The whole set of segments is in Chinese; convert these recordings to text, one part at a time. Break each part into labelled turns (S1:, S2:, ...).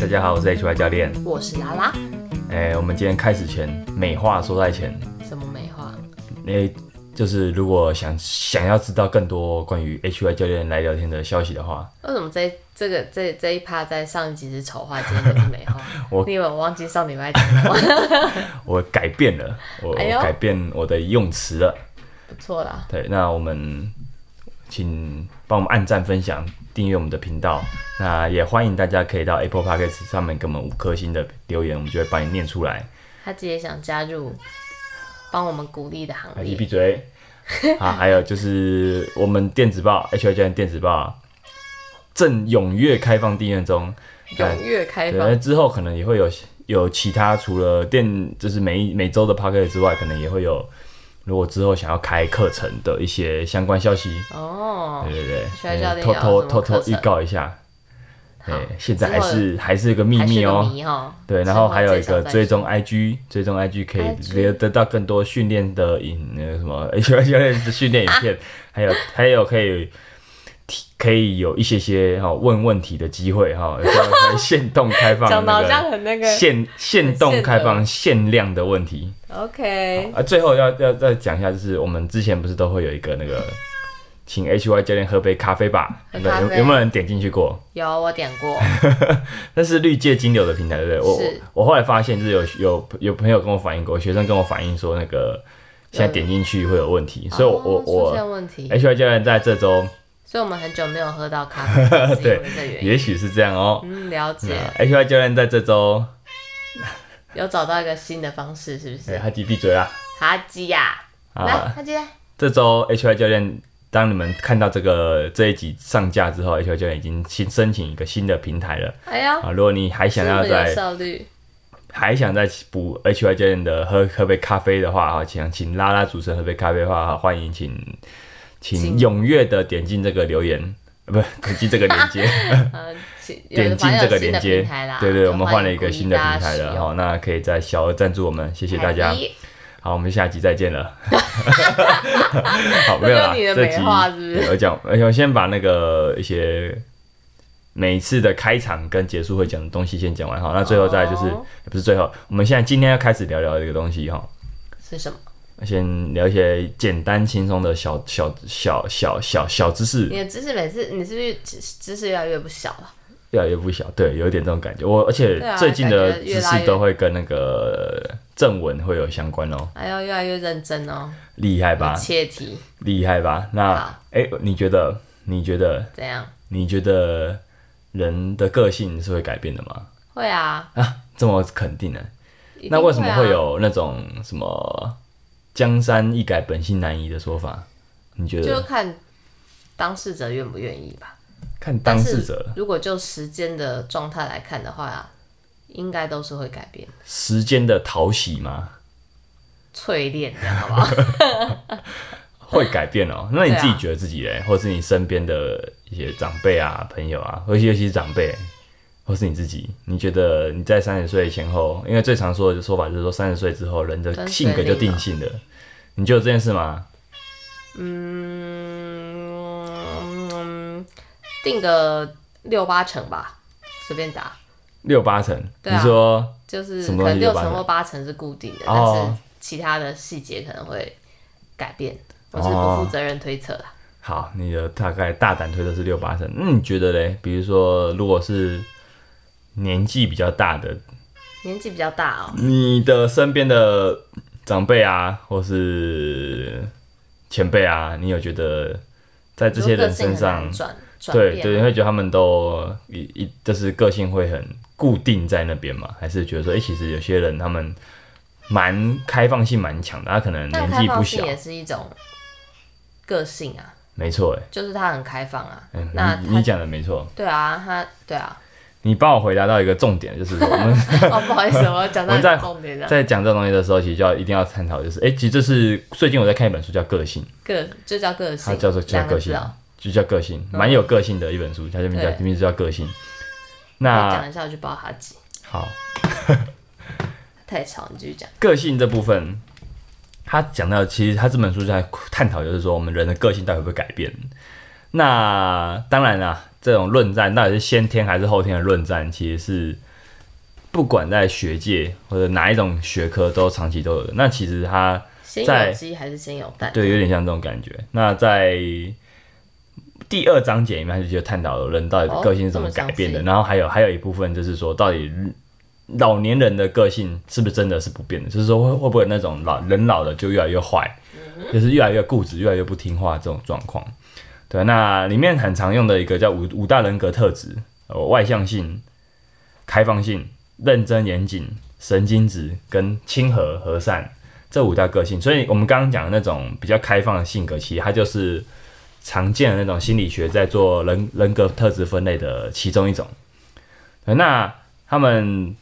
S1: 大家好，我是 HY 教练。
S2: 我是拉拉，
S1: 哎、我们今天开始前，美话说在前，
S2: 什么美化？
S1: 哎、就是如果想想要知道更多关于 HY 教练来聊天的消息的话，
S2: 为什么这这个这这一趴在上一集是丑话，今天就是美化
S1: 我？
S2: 你以为我忘记上礼拜讲的吗？
S1: 我改变了，我,、
S2: 哎呦
S1: 我改变我的用词了。
S2: 不错啦，
S1: 对，那我们请帮我们按赞、分享、订阅我们的频道。那也欢迎大家可以到 Apple Podcast 上面给我们五颗星的留言，我们就会帮你念出来。
S2: 他自己也想加入帮我们鼓励的行
S1: 啊，你
S2: 列
S1: 闭。嘴！啊，还有就是我们电子报 H I J 电子报正踊跃开放订阅中，
S2: 踊跃开
S1: 对，
S2: 放
S1: 那，之后可能也会有有其他除了电就是每每周的 p o c k e t 之外，可能也会有，如果之后想要开课程的一些相关消息，
S2: 哦
S1: 对，对
S2: 需要教
S1: 对，
S2: 练
S1: 偷
S2: 要
S1: 偷
S2: 什么
S1: 偷偷
S2: 课程
S1: 预告一下。对，现在还是还是个秘
S2: 还是
S1: 密
S2: 个
S1: 哦、
S2: 谜哦。
S1: 对，然后还有一
S2: 之后
S1: 个
S2: 介绍再
S1: 追踪 IG，追踪 IG 可以
S2: IG
S1: 得得到更多训练的影那个什么 教练的训练影 片，还有还有可以提可以有一些些哈、问问题的机会哈，有时候可以 限动开放
S2: 讲的
S1: 那
S2: 好像
S1: 个
S2: 很那个。
S1: 限限动
S2: 限
S1: 开
S2: 额
S1: 放限量的问题
S2: OK，
S1: 啊。最后要要再讲一下，就是我们之前不是都会有一个那个请 HY 教练喝杯咖啡吧，
S2: 喝
S1: 有没有
S2: 咖
S1: 有
S2: 啡
S1: 有没有人点进去过？
S2: 有啊我点过，
S1: 那是绿界金流的平台，对不对？我
S2: 是
S1: 我我后来发现，就是有有有朋友跟我反映过，学生跟我反映说，那个现在点进去会有问题， 所以我我
S2: 呃哦出
S1: 我哎
S2: 现问题，
S1: H Y 教练在这周
S2: 所以我们很久没有喝到 咖啡，是因为这原因。
S1: 也许是这样哦。
S2: 嗯，了解，
S1: H Y 教练在这周，嗯
S2: 有找到一个新的方式，是不
S1: 哎，
S2: 是？
S1: 哈吉闭嘴啦
S2: 哈基呀，来，
S1: 啊！
S2: 哈基来。
S1: 这周 H Y 教练，当你们看到这个这一集上架之后，H Y 教练已经新申请一个新的平台了
S2: 哎呀，
S1: 啊！如果你还想要
S2: 是不是有
S1: 在
S2: 效率，
S1: 还想再补 H Y 教练的喝喝杯咖啡的话，哈，请请拉拉主持人喝杯咖啡的话，欢迎请请
S2: 请
S1: 踊跃的点进这个留言， 呃不，点进这个链接，
S2: 呃，其 有
S1: 点进这个
S2: 反正有新
S1: 链
S2: 的
S1: 接
S2: 平台啦，，
S1: 对对，
S2: 就
S1: 我们
S2: 欢
S1: 换
S2: 迎
S1: 了一个新的平台
S2: 鼓励大家
S1: 了
S2: 使用
S1: 哈，那可以再小额赞助我们，谢谢大家
S2: 海。迪
S1: 好，我们下集再见 了。好，没有啦，
S2: 这就是你的
S1: 这集
S2: 美化是不是
S1: 对我讲，而且我先把那个一些每次的开场跟结束会讲的东西先讲完哈。那最后再来就是、
S2: 哦
S1: 也不是最后，我们现在今天要开始聊聊这个东西哈。
S2: 是什么？
S1: 先聊一些简单轻松的小小小小小小知识
S2: 你，的知识每次你是不是知知识越来越不小了？
S1: 越来越不小，对，有一点这种感觉。我而且
S2: 对啊
S1: 最近的
S2: 感觉
S1: 知
S2: 越来
S1: 识
S2: 越
S1: 都会跟那个正文会有相关哦，
S2: 哎呦，越来越认真哦，
S1: 厉害吧？
S2: 切题
S1: 厉害吧？那
S2: 好
S1: 哎、诶你觉得？你觉得？
S2: 怎样？
S1: 你觉得人的个性是会改变的吗？
S2: 会啊，
S1: 这么肯定呢、啊
S2: 一定
S1: 那为什么
S2: 啊
S1: 会？有那种什么“江山易改，本性难移”的说法？你觉
S2: 就
S1: 得？
S2: 看当事者愿不愿意吧。
S1: 看当事
S2: 但
S1: 者
S2: 是如果就时间的状态来看的话，应该都是会改变，
S1: 时间的讨喜吗？
S2: 淬炼这样好不好？
S1: 会改变哦。那你
S2: 对啊
S1: 自己觉得自己嘞，或是你身边的一些长辈啊、朋友啊，尤其尤其是长辈，或是你自己，你觉得你在三十岁前后，因为最常说的说法就是说三十岁之后人的
S2: 跟
S1: 性格
S2: 随
S1: 就
S2: 龄
S1: 定
S2: 了
S1: 性了。你觉得有这件事吗？
S2: 嗯，定个六八成吧，随便打，
S1: 六八成，
S2: 对
S1: 你
S2: 啊
S1: 说
S2: 就是
S1: 什么
S2: 可
S1: 东西
S2: 能
S1: 六
S2: 六
S1: 八
S2: 成
S1: 成
S2: 或八成是固定的，
S1: 哦
S2: 但是其他的细节可能会改变，我是
S1: 哦
S2: 不负责任推测啦。
S1: 好，你的大概大胆推测是六八成。那你觉得嘞？比如说，如果是年纪比较大的，
S2: 年纪比较大哦，
S1: 你的身边的长辈啊，或是前辈啊，你有觉得在这些人身上
S2: 个性很难，转转
S1: 对
S2: 变，啊
S1: 对，你会觉得他们都一一就是个性会很固定在那边嘛？还是觉得说，哎、其实有些人他们蛮开放性蛮强的，他可能
S2: 但
S1: 年
S2: 开
S1: 纪不
S2: 放
S1: 小
S2: 性，也是一种个性啊，
S1: 没错，哎
S2: 就是他很开放啊，
S1: 嗯
S2: 那
S1: 你
S2: 他
S1: 你讲的没错。
S2: 对啊，他对啊，
S1: 你帮我回答到一个重点，就是我们
S2: 哦不好意思，我讲到
S1: 我们
S2: 一
S1: 在
S2: 个重点了，
S1: 在讲这种东西的时候，其实就要一定要探讨，就是哎、诶其实这是最近我在看一本书叫《个性》，
S2: 个就叫个
S1: 它
S2: 性，
S1: 叫做就叫
S2: 两
S1: 个
S2: 个字
S1: 性
S2: 哦，，
S1: 就叫个性，蛮有个性的一本书，它这边叫
S2: 对
S1: 名字叫个性。
S2: 我
S1: 那
S2: 讲一下我就包哈吉，
S1: 好，
S2: 太吵，你继续讲。
S1: 个性这部分，他讲到其实他这本书在探讨，就是说我们人的个性到底会不会改变。那当然啦、这种论战到底是先天还是后天的论战，其实是不管在学界或者哪一种学科都长期都有的。那其实它
S2: 先
S1: 在
S2: 有鸡还是先有蛋？
S1: 对有点像这种感觉。那在第二章节里面，他就就探讨了人到底
S2: 哦
S1: 个性是
S2: 这
S1: 怎么
S2: 么详
S1: 改变的，
S2: 细
S1: 然后还有还有一部分就是说，到底老年人的个性是不是真的是不变的？就是说会会不会有那种老人老了就越来越坏，
S2: 嗯
S1: 就是越来越固执、越来越不听话这种状况？对，啊那里面很常用的一个叫五五大人格特质，呃，外向性、开放性、认真严谨、神经质跟亲和和善这五大个性。所以我们刚刚讲的那种比较开放的性格，其实它就是常见的那种心理学在做人人格特质分类的其中一种。呃那他们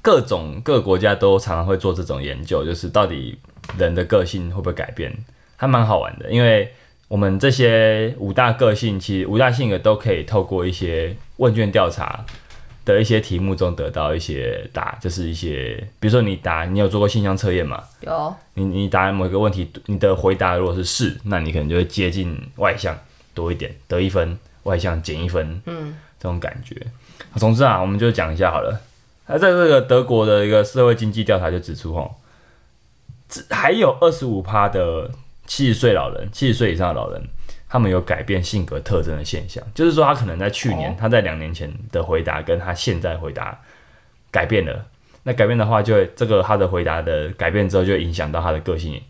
S1: 各种各国家都常常会做这种研究，就是到底人的个性会不会改变，还蛮好玩的。因为我们这些五大个性，其实五大性格都可以透过一些问卷调查的一些题目中得到一些答，就是一些，比如说你答，你有做过性向测验吗？
S2: 有
S1: 你你答某一个问题，你的回答如果是是，那你可能就会接近外向多一点，得一分；外向减一分，嗯，这种感觉。总之啊，我们就讲一下好了。那在这个德国的一个社会经济调查就指出，吼，这还有二十五趴的七十岁老人、七十岁以上的老人，他们有改变性格特征的现象，就是说他可能在去年，
S2: 哦
S1: 他在两年前的回答跟他现在回答改变了。那改变的话就，会这个他的回答的改变之后，就会影响到他的个性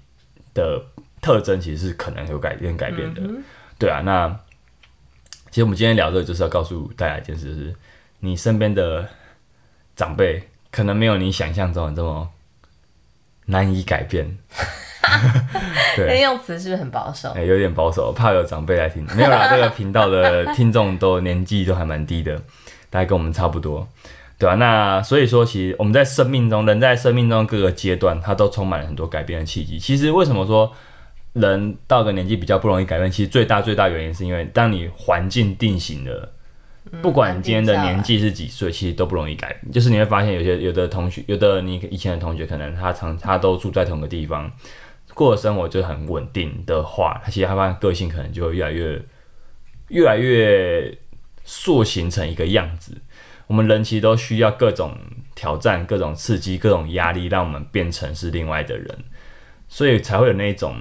S1: 的特征，其实是可能有改变改变的。对啊，那其实我们今天聊这个，就是要告诉大家一件事，就是你身边的长辈可能没有你想象中的这么难以改变。
S2: 那
S1: 对，
S2: 哎用词是不是很保守？
S1: 哎、有点保守，怕有长辈来听。没有啦，这个频道的听众都年纪都还蛮低的，大概跟我们差不多，对啊，那所以说，其实我们在生命中，人在生命中各个阶段，它都充满了很多改变的契机。其实为什么说人到个年纪比较不容易改变？其实最大最大原因是因为当你环境定型了。不管你今天的年纪是几岁，其实都不容易改变。就是你会发现，有些有的同学，有的你以前的同学，可能他常他都住在同个地方，过的生活就很稳定的话，他其实他发现个性可能就会越来越越来越塑形成一个样子。我们人其实都需要各种挑战、各种刺激、各种压力，让我们变成是另外的人，所以才会有那种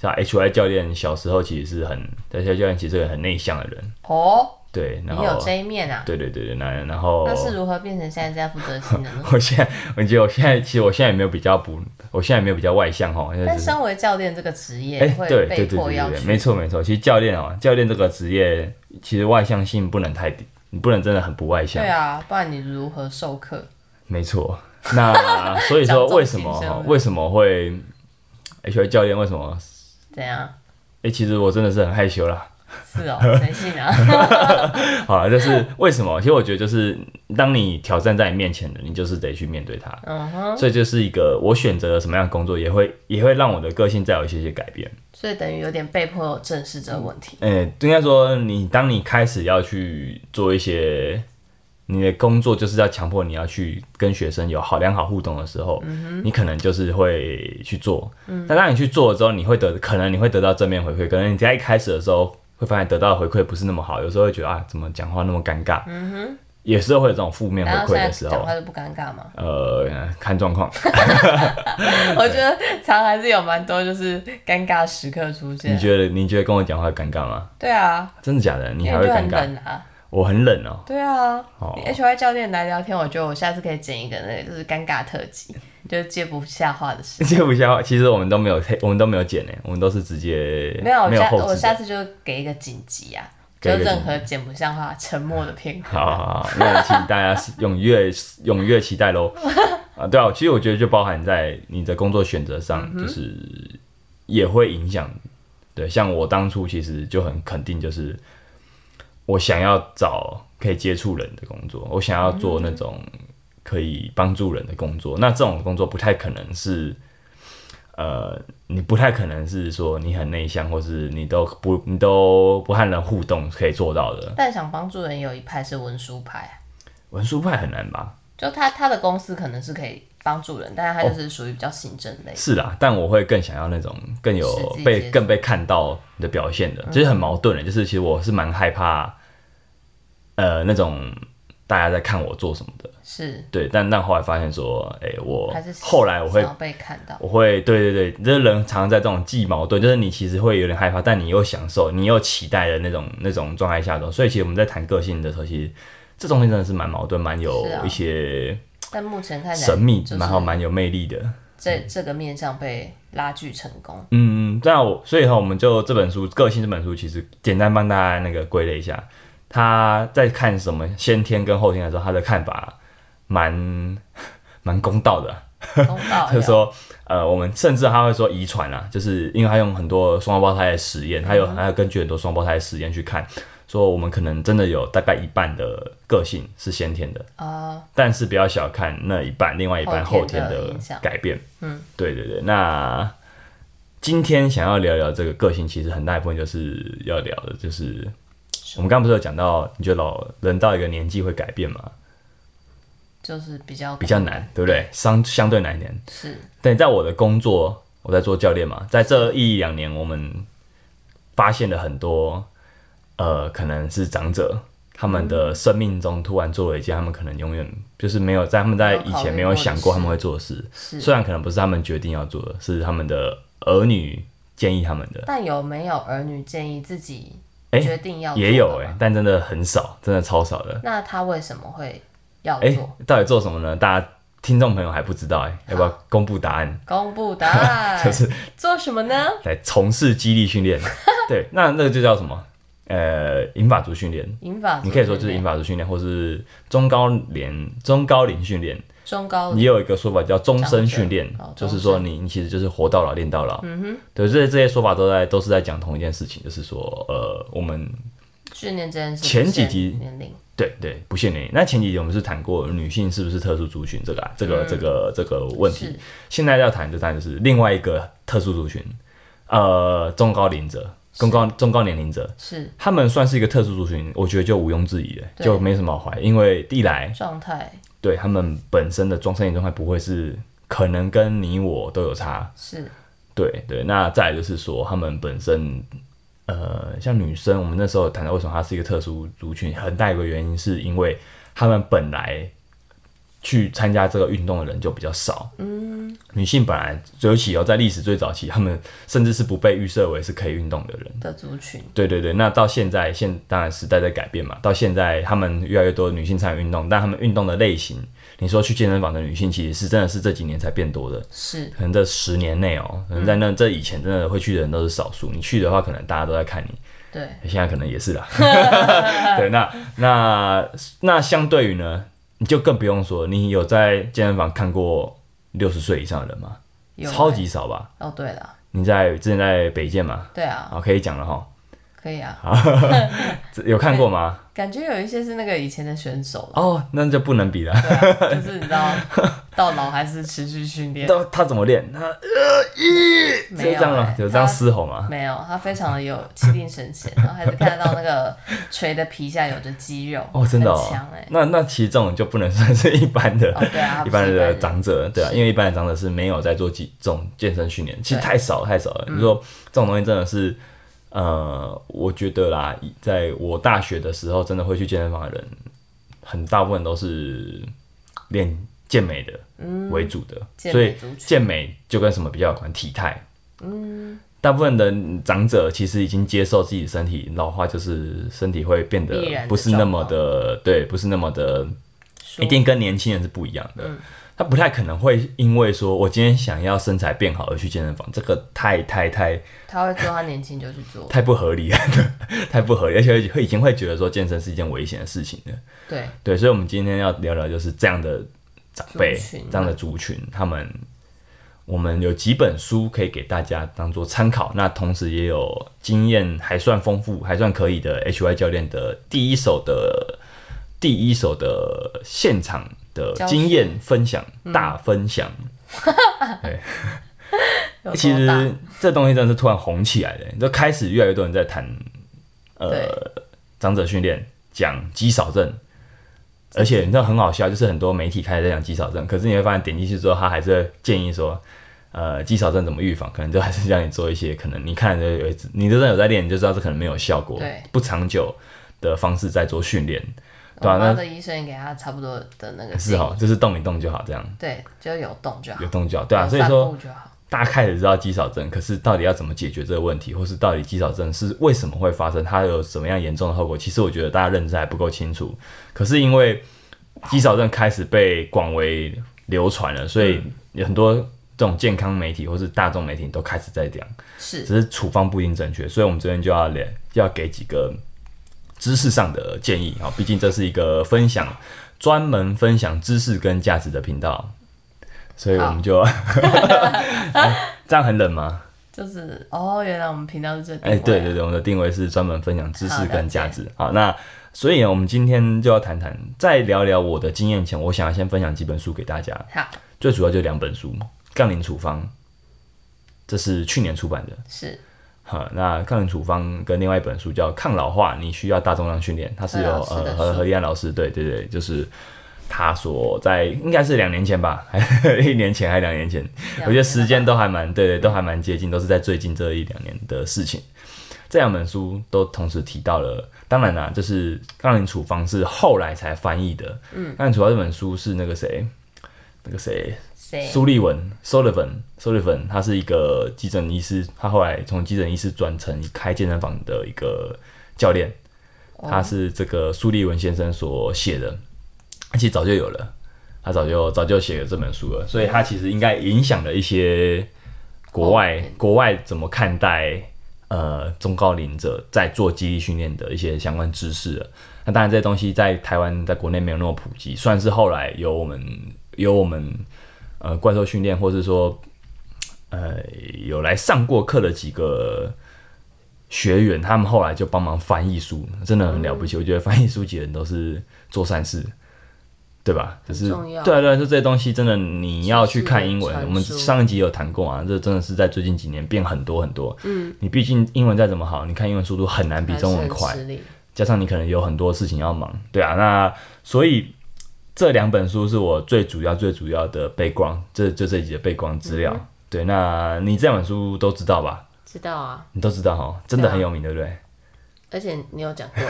S1: 像 H Y 教练小时候其实是很，H Y 教练其实是个很内向的人，
S2: 哦，
S1: 对，
S2: 你
S1: 然后
S2: 有这一面啊？
S1: 对对对对，那然后？
S2: 那是如何变成现在这样负责心的呢
S1: 我现在，我觉得我现在其实我现在也没有比较不，我现在也没有比较外向哈，因为
S2: 但
S1: 只是
S2: 身为教练这个职
S1: 哎、
S2: 业，
S1: 对
S2: 会
S1: 对对
S2: 被
S1: 对
S2: 迫
S1: 对
S2: 要
S1: 对，
S2: 去
S1: 没错没错。其实教练哦、教练这个职业其实外向性不能太低，你不能真的很不外向。
S2: 对啊，不然你如何授课？
S1: 没错。那所以说
S2: 长重
S1: 为什么
S2: 心声
S1: 哈
S2: 了
S1: 为什么会 H Y 教练为什么？
S2: 怎样？
S1: 哎、其实我真的是很害羞啦。
S2: 是 哦，谁信啊？
S1: 好啦，就是为什么？其实我觉得就是当你挑战在你面前的，你就是得去面对它。
S2: 嗯哼，
S1: 所以就是一个我选择了什么样的工作，也会也会让我的个性再有一些些改变。
S2: 所以等于有点被迫有正视这个问题。
S1: 呃、应该说你当你开始要去做一些你的工作，就是要强迫你要去跟学生有好良好互动的时候，
S2: 嗯
S1: 你可能就是会去做。但当你去做了之后，你会得可能你会得到正面回馈，可能你在一开始的时候会发现得到的回馈不是那么好，有时候会觉得啊，怎么讲话那么尴尬。嗯哼也是会有这种负面
S2: 然后
S1: 回馈
S2: 现
S1: 的
S2: 在
S1: 时
S2: 讲
S1: 候，啊
S2: 话就不尴尬嘛？
S1: 呃，看状况。
S2: 我觉得常还是有蛮多就是尴尬时刻出
S1: 你
S2: 现。
S1: 觉得你觉得跟我讲话尴尬吗？
S2: 对啊，
S1: 真的假的？你
S2: 因
S1: 还
S2: 为
S1: 会
S2: 就
S1: 尴
S2: 很
S1: 尬？
S2: 冷啊。
S1: 我很冷哦、
S2: 对啊，
S1: 哦
S2: 你 H Y 教练来聊天，我觉得我下次可以剪一个那个就是尴尬特辑， 就是接不下话 的事。
S1: 接不下话，其实我们都没有，我们都没有剪呢，我们都是直接
S2: 没有，我
S1: 没有
S2: 下
S1: 后
S2: 我
S1: 置
S2: 下
S1: 的。
S2: 次就给一个紧急啊，
S1: 给
S2: 就
S1: 一个
S2: 任何剪不下话、沉默的片刻。
S1: 好好好，好那请大家踊跃踊跃期待喽。啊，对啊，其实我觉得就包含在你的工作选择上，就是也会影响。对，像我当初其实就很肯定，就是我想要找可以接触人的工作，我想要做那种可以帮助人的工作。那这种工作不太可能是，呃，你不太可能是说你很内向，或是你都不你都不和人互动可以做到的。
S2: 但想帮助人有一派是文书派啊，
S1: 文书派很难吧？
S2: 就他他的公司可能是可以帮助人，但是
S1: 哦
S2: 他就是属于比较行政类。
S1: 是啦，但我会更想要那种更有
S2: 实际接嗯
S1: 被
S2: 触
S1: 更被看到的表现的，就是很矛盾的。就是其实我是蛮害怕，呃，那种大家在看我做什么的，
S2: 是
S1: 对。但但后来发现说，哎、我
S2: 还是
S1: 后来我会
S2: 想要被看到，
S1: 我会对对对，这人常常在这种既矛盾，就是你其实会有点害怕，但你又享受，你又期待的那种那种状态下的，所以其实我们在谈个性的时候，其实这东西真的是蛮矛盾，蛮有
S2: 是啊
S1: 一些
S2: 但目前看起来
S1: 神秘，
S2: 就是
S1: 蛮好，嗯蛮有魅力的。
S2: 这这个面上被拉锯成 功，
S1: 嗯，那我所以哈，我们就这本书《个性》这本书，其实简单帮大家那个归类一下，他在看什么先天跟后天的时候，他的看法蛮 蛮公道的啊、
S2: 公道
S1: 就是说，呃，我们甚至他会说遗传啊，就是因为他用很多双胞胎的实验，他有
S2: 嗯
S1: 还有根据很多双胞胎的实验去看，说我们可能真的有大概一半的个性是先天的，
S2: 啊，
S1: 但是不要小看那一半，另外一半后
S2: 后
S1: 天
S2: 天的
S1: 的
S2: 影响
S1: 改变。
S2: 嗯，
S1: 对对对。那今天想要聊聊这个个性，其实很大一部分就是要聊的，就是我们刚刚不是有讲到，你觉得老人到一个年纪会改变吗？
S2: 就是比较
S1: 比较难，对不对？相相对难一点。
S2: 是
S1: 对，在我的工作，我在做教练嘛，在这一两年，我们发现了很多，呃，可能是长者他们的生命中突然做了一件他们可能永远就是没有在他们在以前没有想过他们会做的事，
S2: 是，
S1: 虽然可能不是他们决定要做的，是他们的儿女建议他们的，
S2: 但有没有儿女建议自己
S1: 哎
S2: 决定要做的
S1: 也有哎、
S2: 吗
S1: 但真的很少，真的超少的。
S2: 那他为什么会要
S1: 哎、
S2: 做？
S1: 到底做什么呢？大家听众朋友还不知道哎、要不要公布答案？
S2: 公布答 案，
S1: 就是
S2: 做什么呢？
S1: 来从事激励训 练。对，那那个就叫什么？呃，引法族训练。
S2: 引法族
S1: 你可以说就是
S2: 训
S1: 引
S2: 练
S1: 法族训练，或是中高龄中高龄训练。
S2: 中高
S1: 也有一个说法叫哦终身训练
S2: 长者哦，
S1: 就是说你你其实就是活到老练到老。嗯哼，对，这些这些说法都在都是在讲同一件事情，就是说呃，我们
S2: 训练这件事，
S1: 前几集
S2: 年龄
S1: 对对不限年龄。那前几集我们是谈过女性是不是特殊族群这个、啊、这个、这个这个问题
S2: 嗯是，
S1: 现在要谈就谈就是另外一个特殊族群，呃，中高龄者。中高中高年龄者，
S2: 是
S1: 他们算是一个特殊族群，我觉得就毋庸置疑了，
S2: 对
S1: 就没什么好怀疑，因为一来
S2: 状态
S1: 对他们本身的装身体状态不会是可能跟你我都有差，
S2: 是
S1: 对对，那再来就是说他们本身。呃，像女生，我们那时候有谈到为什么她是一个特殊族群，很大一个原因是因为她们本来去参加这个运动的人就比较少。嗯，女性本来尤其哦，在历史最早期，她们甚至是不被预设为是可以运动的人。
S2: 的族群
S1: 对对对，那到现在现当然时代在改变嘛，到现在他们越来越多的女性参与运动，但他们运动的类型，你说去健身房的女性其实是真的是这几年才变多的，
S2: 是
S1: 可能这十年内哦，可能在
S2: 嗯
S1: 那这以前真的会去的人都是少数，你去的话可能大家都在看你，
S2: 对
S1: 现在可能也 是啦。对，那那那相对于呢，你就更不用说，你有在健身房看过六十岁以上的人吗？
S2: 有
S1: 超
S2: 欸
S1: 级少吧？
S2: 哦，对了，
S1: 你在之前在北健嘛，
S2: 对啊，
S1: 好可以讲了哈，
S2: 可以啊，
S1: 这有看过吗？
S2: 感觉有一些是那个以前的选手了，
S1: 哦，那就不能比了。
S2: 对啊，就是你 知道到老还是持续训练，
S1: 他他怎么练？他呃咦，就
S2: 没有
S1: 这样了
S2: 欸，
S1: 有这样
S2: 他
S1: 嘶吼吗？
S2: 没有，他非常的有气定神 闲，然后还是看得到那个锤的皮下有着肌肉
S1: 哦，真的
S2: 很
S1: 哦
S2: 强哎。，
S1: 那那其实这种就不能算是一般的
S2: 哦，对啊，他不是
S1: 一般的
S2: 人
S1: 长者，对啊，因为一般的长者是没有在做这这种健身训练，其实
S2: 对嗯
S1: 太少太少了。你说这种东西真的是，呃，我觉得啦，以在我大学的时候，真的会去健身房的人，很大部分都是练健美的为主的，
S2: 嗯健
S1: 所
S2: 美
S1: 以
S2: 族群
S1: 健美就跟什么比较有关？体态，
S2: 嗯
S1: 大部分的长者其实已经接受自己身体老化，就是身体会变得
S2: 必然的
S1: 不是那么的对，不是那么的
S2: 说
S1: 一定跟年轻人是不一样的。他不太可能会因为说我今天想要身材变好而去健身房，这个太太太
S2: 他会做，他年轻就去做，
S1: 太不合理了， 太不合理，而且会已经会觉得说健身是一件危险的事情了。
S2: 对，
S1: 对，所以我们今天要聊聊就是这样的长辈
S2: 族群，
S1: 这样的族群，他们我们有几本书可以给大家当做参考，那同时也有经验还算丰富、还算可以的 HY 教练的第一手的第一手的现场的
S2: 教学嗯
S1: 经验分享、大分享。
S2: 有
S1: 其
S2: 多大
S1: 实这东西真的是突然红起来的，就开始越来越多人在谈呃
S2: 对
S1: 长者训练，讲肌少症，而且你知道很好笑，就是很多媒体开始在讲肌少症，可是你会发现点进去之后，他还是会建议说，呃，肌少症怎么预防，可能就还是让你做一些可能你看着有一次，你真的有在练，你就知道这可能没有效果
S2: 对，
S1: 不长久的方式在做训练。对啊
S2: 我妈
S1: 那
S2: 的医生也给他差不多的哦那个
S1: 是
S2: 建议
S1: 哈，就是动一动就好，这样
S2: 对，就有动就好
S1: 有，动就好，对啊，
S2: 有
S1: 所以
S2: 散
S1: 说
S2: 步就好。
S1: 大家开始知道肌少症，可是到底要怎么解决这个问题，或是到底肌少症是为什么会发生，它有什么样严重的后果？其实我觉得大家认知还不够清楚。可是因为肌少症开始被广为流传了，所以有很多这种健康媒体或是大众媒体都开始在讲，
S2: 是，
S1: 只是处方不一定正确，所以我们这边就要连要给几个知识上的建议啊，毕竟这是一个分享专门分享知识跟价值的频道，所以我们 就、哎这样很冷吗？
S2: 就是哦，原来我们频道是这个定
S1: 哎、
S2: 位啊。
S1: 对对对，我们的定位是专门分享知识跟价值。好，那所以呢，我们今天就要谈谈，在聊聊我的经验前，我想要先分享几本书给大家。
S2: 好，
S1: 最主要就两本书，《杠铃处方》，这是去年出版的。
S2: 是
S1: 好，那抗原处方跟另外一本书叫《抗老化》，你需要大重量训练，它是由
S2: 何老师的
S1: 呃何
S2: 书
S1: 何立安老师，对对对，就是他所在应该是两年前吧， 还一年前还两年嗯前，我觉得时间都还蛮对对，都还蛮接近，都是在最近这一两年的事情。这两本书都同时提到了，当然啦、就是《杠铃处方》是后来才翻译的，嗯，《杠铃处方》这本书是那个谁，那个谁，
S2: 谁？
S1: 苏利文 （Sullivan） Sullivan，他是一个急诊医师，他后来从急诊医师转成开健身房的一个教练。他是这个苏利文先生所写的，其实早就有了，他早就早就写了这本书了，所以他其实应该影响了一些国外、
S2: 哦
S1: 国外怎么看待呃中高龄者在做肌力训练的一些相关知识了。那当然，这些东西在台湾在国内没有那么普及，算是后来由我们由我们呃怪兽训练，或是说呃有来上过课的几个学员，他们后来就帮忙翻译书，真的很了不起。我觉得翻译书几个人都是做善事，对吧？就是
S2: 重要
S1: 对啊对啊，就这些东西真的你要去看英文
S2: 知识的传，
S1: 我们
S2: 输
S1: 上一集有谈过啊，这真的是在最近几年变很多很多。嗯，你毕竟英文再怎么好，你看英文速度很难比中文快
S2: 还是。很吃力
S1: 加上你可能有很多事情要忙，对啊，那所以这两本书是我最主要、最主要的背光，这就这一集的背光资
S2: 嗯
S1: 料。对，那你这两本书都知道吧？
S2: 知道啊，
S1: 你都知道哈，真的
S2: 对啊
S1: 很有名，对不对？
S2: 而且你 有讲过，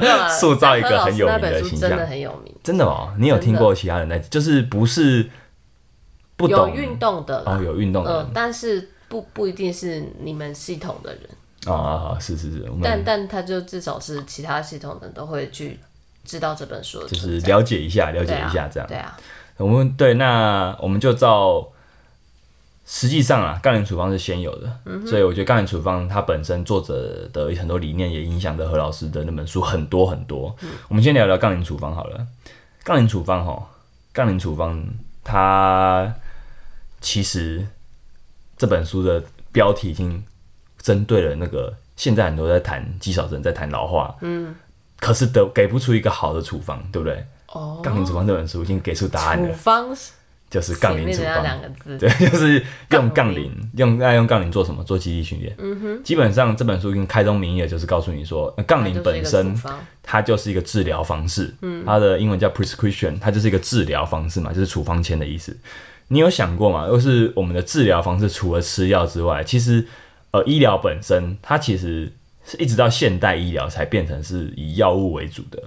S2: 没有啊
S1: 塑造一个很有名的
S2: 张赫老师那本书
S1: 形象
S2: 真的很有名，
S1: 真的哦，你有
S2: 真的
S1: 听过其他人在，就是不是不
S2: 有
S1: 懂
S2: 运动的啦
S1: 哦，，有运动的人
S2: 呃，但是不不一定是你们系统的人，
S1: 啊啊啊，是是是，我
S2: 但
S1: 们
S2: 但他就至少是其他系统的都会去知道这本书的
S1: 就
S2: 存
S1: 是
S2: 在，
S1: 了解一下，了解
S2: 对啊
S1: 一下这样。
S2: 对啊，
S1: 我们对，那我们就照实际上啊，杠铃处方是先有的，
S2: 嗯
S1: 所以我觉得杠铃处方它本身作者的很多理念也影响着何老师的那本书很多很多。
S2: 嗯
S1: 我们先聊聊杠铃处方好了。杠铃处方哈，杠铃处方它其实这本书的标题已经针对了那个现在很多在谈肌少症，在谈老化，嗯，可是得给不出一个好的处方，对不对？
S2: 哦，
S1: 杠铃处方这本书已经给出答案了
S2: 处。方
S1: 就是杠
S2: 前
S1: 铃
S2: 面
S1: 处
S2: 的那
S1: 方，
S2: 两个字，
S1: 对， 就是用
S2: 杠
S1: 杠
S2: 铃
S1: 铃，用爱用杠铃做什么？做肌力训练。嗯哼，基本上这本书已经开宗明义的就是告诉你说，呃杠
S2: 它
S1: 铃
S2: 就是一
S1: 本
S2: 个
S1: 身
S2: 处方
S1: 它就是一个治疗方式，嗯，它的英文叫 prescription，它就是一个治疗方式嘛，就是处方签的意思。你有想过吗？就是我们的治疗方式，除了吃药之外，其实呃，医疗本身它其实是一直到现代医疗才变成是以药物为主的，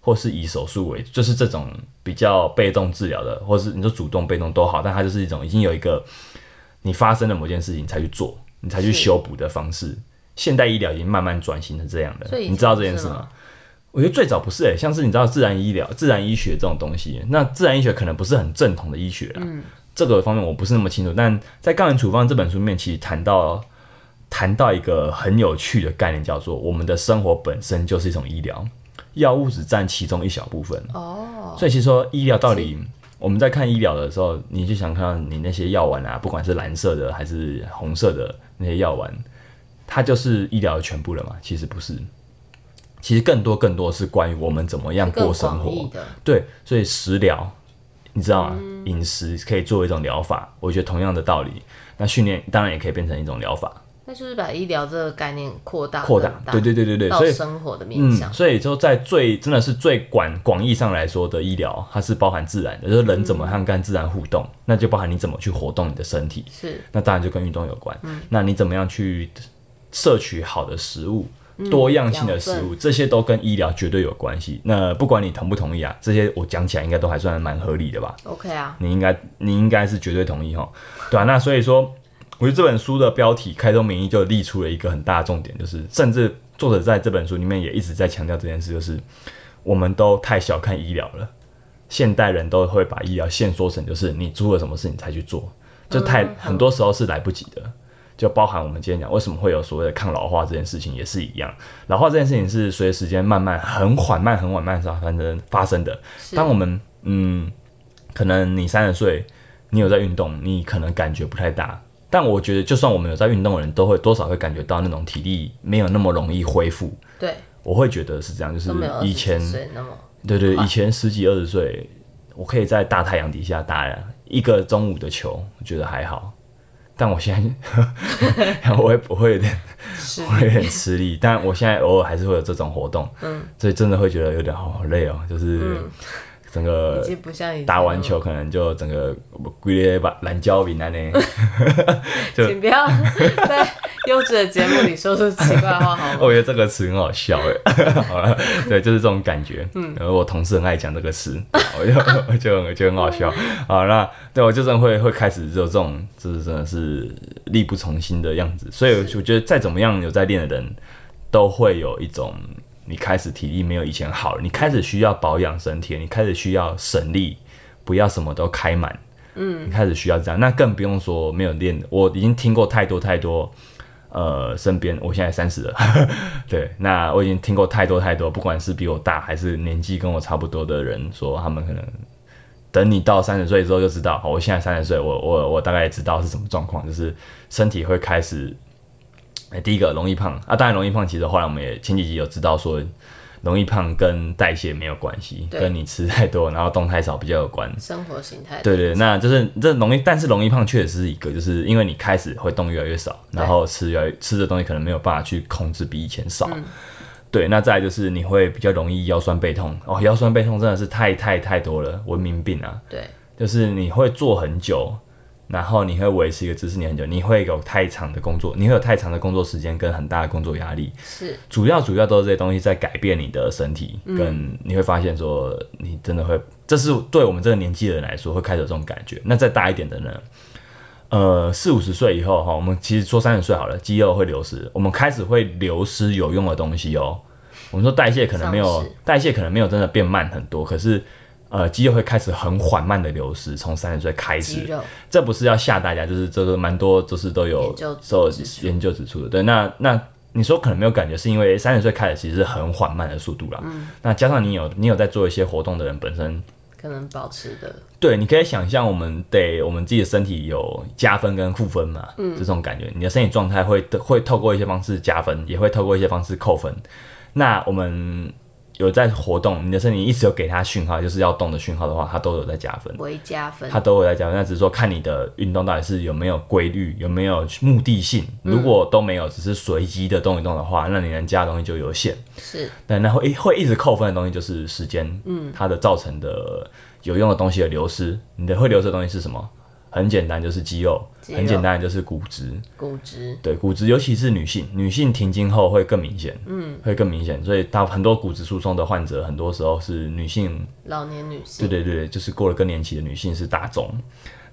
S1: 或是以手术为主，就是这种比较被动治疗的，或是你说主动被动都好，但它就是一种已经有一个你发生了某件事情才去做，你才去
S2: 是
S1: 修补的方式。现代医疗已经慢慢转型成这样了，
S2: 所以以
S1: 你知道
S2: 前
S1: 这件
S2: 不是
S1: 事吗
S2: 吗？
S1: 我觉得最早不是诶、欸像是你知道自然医疗、自然医学这种东西，那自然医学可能不是很正统的医学啦。这个方面我不是那么清楚，但在《杠铃处方》这本书里面，其实谈到谈到一个很有趣的概念，叫做我们的生活本身就是一种医疗，药物只占其中一小部分。啊
S2: 哦，
S1: 所以其实说医疗到底，我们在看医疗的时候，你就想看到你那些药丸啊，不管是蓝色的还是红色的那些药丸，它就是医疗的全部了嘛？其实不是，其实更多更多是关于我们怎么样
S2: 更
S1: 过生
S2: 广义
S1: 活。
S2: 的，
S1: 对，所以食疗，你知道吗？饮、食可以作为一种疗法，我觉得同样的道理，那训练当然也可以变成一种疗法，
S2: 那就是把医疗这个概念扩大
S1: 扩大
S2: 更。
S1: 对对对对对，
S2: 到
S1: 所以
S2: 生活的面向
S1: 嗯，，所以就在最真的是最广广义上来说的医疗，它是包含自然的，就是人怎么和跟自然互动，那就包含你怎么去活动你的身体，
S2: 是
S1: 嗯那当然就跟运动有关。那你怎么样去摄取好的食物？多样性的食物，这些都跟医疗绝对有关系。那不管你同不同意啊，这些我讲起来应该都还算蛮合理的吧？
S2: OK 啊，
S1: 你应该你应该是绝对同意哈，对啊，那所以说，我觉得这本书的标题《开宗明义》就立出了一个很大的重点，就是甚至作者在这本书里面也一直在强调这件事，就是我们都太小看医疗了。现代人都会把医疗限缩成就是你出了什么事你才去做，就太很多时候是来不及的。就包含我们今天讲为什么会有所谓的抗老化这件事情也是一样，老化这件事情是随着时间慢慢很缓慢很缓慢上反正发生的。当我们嗯，可能你三十岁，你有在运动，你可能感觉不太大。但我觉得，就算我们有在运动的人，都会多少会感觉到那种体力没有那么容易恢复。
S2: 对，
S1: 我会觉得是这样，就是
S2: 都没有
S1: 以前
S2: 20岁那么
S1: 对对，以前十几二十岁，我可以在大太阳底下打一个中午的球，我觉得还好。但我现 在， 我会我会有点，
S2: 是
S1: 我会有点吃力。但我现在偶尔还是会有这种活动，
S2: 嗯
S1: 所以真的会觉得有点好累哦，就是整个
S2: 已经不像以前
S1: 打完球可能就整个龟裂把蓝胶饼那呢，
S2: 了，请不要 在优质的节目里说出奇怪的 话好吗？
S1: 我觉得哦这个词很好笑哎， 好了，对，就是这种感觉。嗯，然后我同事很爱讲这个词，我就 我就很就很好笑。好，那对我就是会会开始有这种，就是真的是力不从心的样子。所以我觉得再怎么样有在练的人，都会有一种你开始体力没有以前好了，你开始需要保养身体，你开始需要省力，不要什么都开满。嗯，你开始需要这样，那更不用说没有练的，我已经听过太多太多。呃，身边我现在三十了，对，那我已经听过太多太多，不管是比我大还是年纪跟我差不多的人说，他们可能等你到三十岁之后就知道。好哦我现在三十岁，我我我大概也知道是什么状况，就是身体会开始，哎、第一个容易胖啊，当然容易胖，其实后来我们也前几集有知道说，容易胖跟代谢没有关系，
S2: 对
S1: 跟你吃太多然后动太少比较有关。
S2: 生活形态
S1: 对对，那就是这容易，但是容易胖确实是一个，就是因为你开始会动越来越少，然后吃越来越吃的东西可能没有办法去控制比以前少。对，那再来就是你会比较容易腰酸背痛哦，腰酸背痛真的是太太太多了，文明病啊！
S2: 对
S1: 就是你会坐很久，然后你会维持一个姿势你很久，你会有太长的工作，你会有太长的工作时间跟很大的工作压力，
S2: 是
S1: 主要主要都是这些东西在改变你的身体，
S2: 嗯
S1: 跟你会发现说，你真的会，这是对我们这个年纪的人来说会开始有这种感觉。那再大一点的呢，呃，四五十岁以后哈，我们其实说三十岁好了，肌肉会流失，我们开始会流失有用的东西哦。我们说代谢可能没
S2: 丧
S1: 有
S2: 失
S1: 代谢可能没有真的变慢很多，可是呃，肌肉会开始很缓慢的流失，从三十岁开始，
S2: 肌肉
S1: 这不是要吓大家，就是这个蛮多就是都有
S2: 研究
S1: 受
S2: 指出
S1: 研究指出的。对，那那你说可能没有感觉，是因为三十岁开始其实是很缓慢的速度啦。
S2: 嗯
S1: 那加上你有你有在做一些活动的人本身，
S2: 可能保持的
S1: 对，你可以想象我们得我们自己的身体有加分跟负分嘛，
S2: 嗯
S1: 这种感觉，你的身体状态会会透过一些方式加分，也会透过一些方式扣分。那我们有在活动，你的身体一直有给它讯号，就是要动的讯号的话，它都有在加分。
S2: 微加分
S1: 它，都有在讲，那只是说看你的运动到底是有没有规律，有没有目的性。如果都没有，只是随机的动一动的话，那你能加的东西就有限。
S2: 是
S1: 但那会会一直扣分的东西就是时间，嗯，它的造成的有用的东西的流失。你的会流失的东西是什么？很简单，就是肌肉；
S2: 肌肉
S1: 很简单，就是骨质。
S2: 骨质
S1: 对骨质，尤其是女性，女性停经后会更明显，嗯，会更明显。所以，大很多骨质疏松的患者，很多时候是女性
S2: 老年女
S1: 对
S2: 性
S1: 对对，就是过了更年期的女性是大众，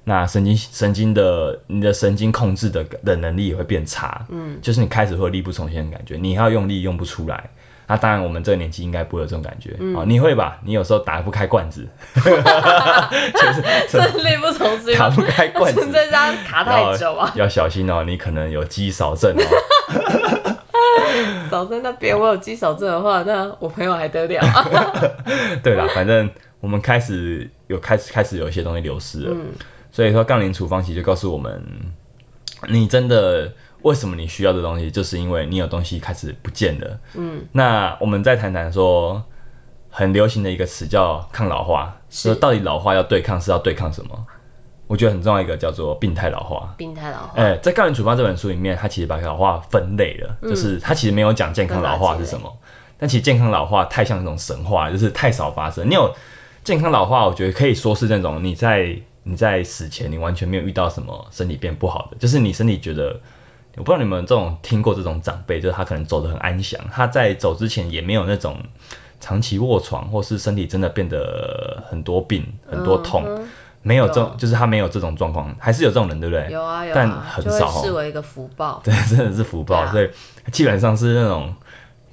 S1: 那神经神经的你的神经控制的的能力也会变差，嗯，就是你开始会有力不从心的感觉，你要用力用不出来。那、当然，我们这个年纪应该不会有这种感觉、哦，你会吧？你有时候打不开罐子，
S2: 是力不从心
S1: 打
S2: 吗，
S1: 不开 罐子，
S2: 这张卡太久啊，
S1: 要小心哦，你可能有肌少症哦。
S2: 早在那边我有肌少症的话，那我朋友还得 了啊？
S1: 对啦，反正我们开始有开始开始有一些东西流失了，所以说杠铃处方其实就告诉我们，你真的为什么你需要的东西，就是因为你有东西开始不见了。嗯，那我们再谈谈说，很流行的一个词叫抗老化，
S2: 是
S1: 说到底老化要对抗是要对抗什么？我觉得很重要一个叫做病态老化。
S2: 病态老化
S1: 呃，在《告人处方》这本书里面，它其实把老化分类了，就是它其实没有讲健康老化是什么，但其实健康老化太像一种神话，就是太少发生。你有健康老化，我觉得可以说是那种你在你在死前你完全没有遇到什么身体变不好的，就是你身体觉得我不知道你们有这种听过这种长辈，就是他可能走得很安详，他在走之前也没有那种长期卧床，或是身体真的变得很多病、很多痛，没有这种，就是他没有这种状况，还是有这种人，对不对？
S2: 有啊有啊，
S1: 但很
S2: 就
S1: 少哦
S2: 会视为一个福报。
S1: 对，真的是 福报，
S2: 对啊
S1: 所以基本上是那种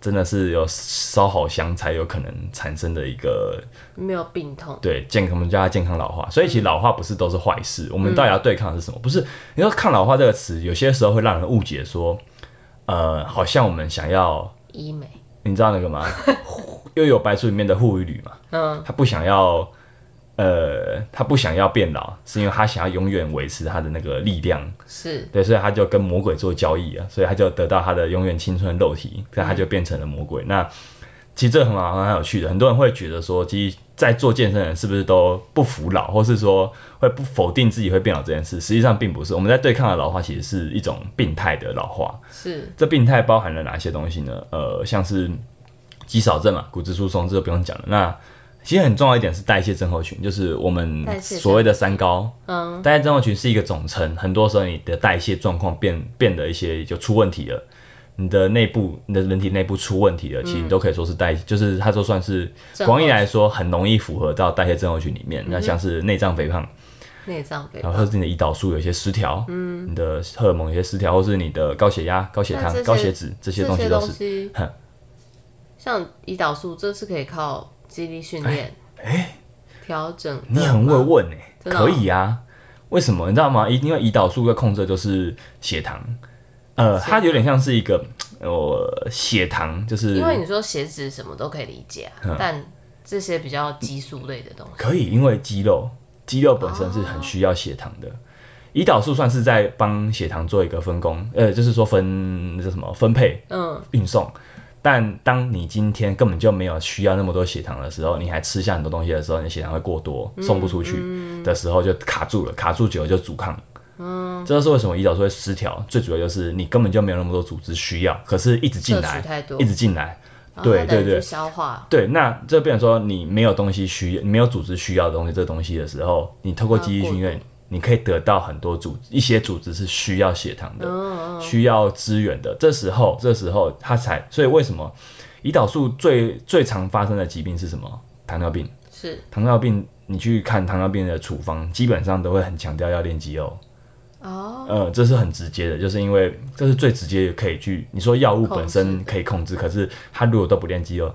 S1: 真的是有烧好香才有可能产生的一个
S2: 没有病痛，
S1: 对健康，我们叫它健康老化。所以其实老化不是都是坏
S2: 嗯
S1: 事，我们到底要对抗的是什么？不是你说抗老化这个词，有些时候会让人误解说，呃，好像我们想要，
S2: 医美，
S1: 你知道那个 吗？又有白书里面的护理嘛，
S2: 嗯，
S1: 他不想要。呃，他不想要变老，是因为他想要永远维持他的那个力量，
S2: 是
S1: 对，所以他就跟魔鬼做交易啊，所以他就得到他的永远青春肉体，但他就变成了魔鬼。那其实这很好，很有趣的。很多人会觉得说，其实在做健身的人是不是都不服老，或是说会不否定自己会变老这件事？实际上并不是。我们在对抗的老化，其实是一种病态的老化。
S2: 是，
S1: 这病态包含了哪些东西呢？呃，像是肌少症嘛，啊骨质疏松，这就不用讲了。那其实很重要一点是代谢症候群，就是我们
S2: 代谢症
S1: 所谓的三高，
S2: 嗯，
S1: 代谢症候群是一个总称，很多时候你的代谢状况变变得一些就出问题了，你的内部你的人体内部出问题了，其实你都可以说是代，就是它就算是
S2: 嗯症候嗯
S1: 广义来说很容易符合到代谢症候群里面。那像是内脏肥胖，
S2: 内脏肥
S1: 然
S2: 胖，
S1: 后或是你的胰岛素有一些失调，嗯，你的荷尔蒙有些失调，或是你的高血压、高血
S2: 那这
S1: 糖、
S2: 些
S1: 高血脂这些
S2: 这
S1: 东西
S2: 些
S1: 都
S2: 东
S1: 是。
S2: 西
S1: 哼，
S2: 像胰岛素，这是可以靠肌力训练，调整。
S1: 哎你很会，问哎、
S2: 真的哦
S1: 可以啊？为什么你知道吗？因因为胰岛素的控制就是血糖，呃，它有点像是一个呃血糖，就是
S2: 因为你说血脂什么都可以理解啊，但这些比较激素类的东西，
S1: 可以，因为肌肉肌肉本
S2: 哦
S1: 身是很需要血糖的。胰岛素算是在帮血糖做一个分工，呃，就是说分那叫什么分配
S2: 嗯，
S1: 运送。但当你今天根本就没有需要那么多血糖的时候，你还吃下很多东西的时候，你血糖会过多，
S2: 嗯
S1: 送不出去的时候就卡住了，卡住久了就阻抗。嗯，这就是为什么胰岛素会失调，最主要就是你根本就没有那么多组织需要，可是一直进
S2: 摄
S1: 来
S2: 取，太多
S1: 一，直进来，
S2: 然后
S1: 对
S2: 它等
S1: 对
S2: 于
S1: 对
S2: 去，消化，
S1: 对，那这变成说你没有东西需要，你没有组织需要的东西，这东西的时候，你透过记忆训
S2: 啊
S1: 练，你可以得到很多组一些组织是需要血糖的，需要资源的。这时候，这时候它才，所以为什么胰岛素最最常发生的疾病是什么？糖尿病。
S2: 是
S1: 糖尿病，你去看糖尿病的处方，基本上都会很强调要练肌肉。
S2: 哦，
S1: 呃，这是很直接的，就是因为这是最直接可以去你说药物本身可以控制，可是它如果都不练肌肉，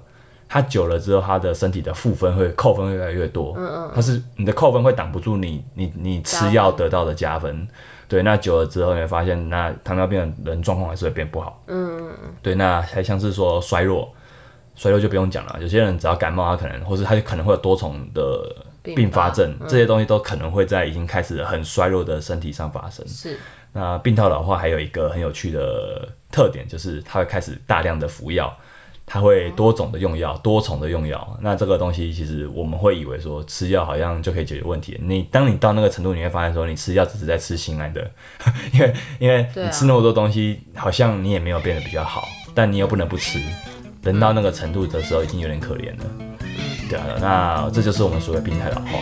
S1: 它久了之后，它的身体的负分会扣分会越来越多，嗯嗯，它是你的扣分会挡不住你你你吃药得到的加分，对，那久了之后你会发现，那糖尿病的人状况还是会变不好，嗯嗯嗯，对，那还像是说衰弱，衰弱就不用讲了，有些人只要感冒，他可能或是他就可能会有多重的。并发嗯症这些东西都可能会在已经开始很衰弱的身体上发生。
S2: 是
S1: 那病态老化还有一个很有趣的特点，就是它会开始大量的服药，它会多种的用药，多重的用药。那这个东西其实我们会以为说吃药好像就可以解决问题，你当你到那个程度，你会发现说你吃药只是在吃心安的，因为因为
S2: 对啊
S1: 你吃那么多东西，好像你也没有变得比较好，但你又不能不吃。人到那个程度的时候，已经有点可怜了。对啊，那这就是我们所谓病态老化。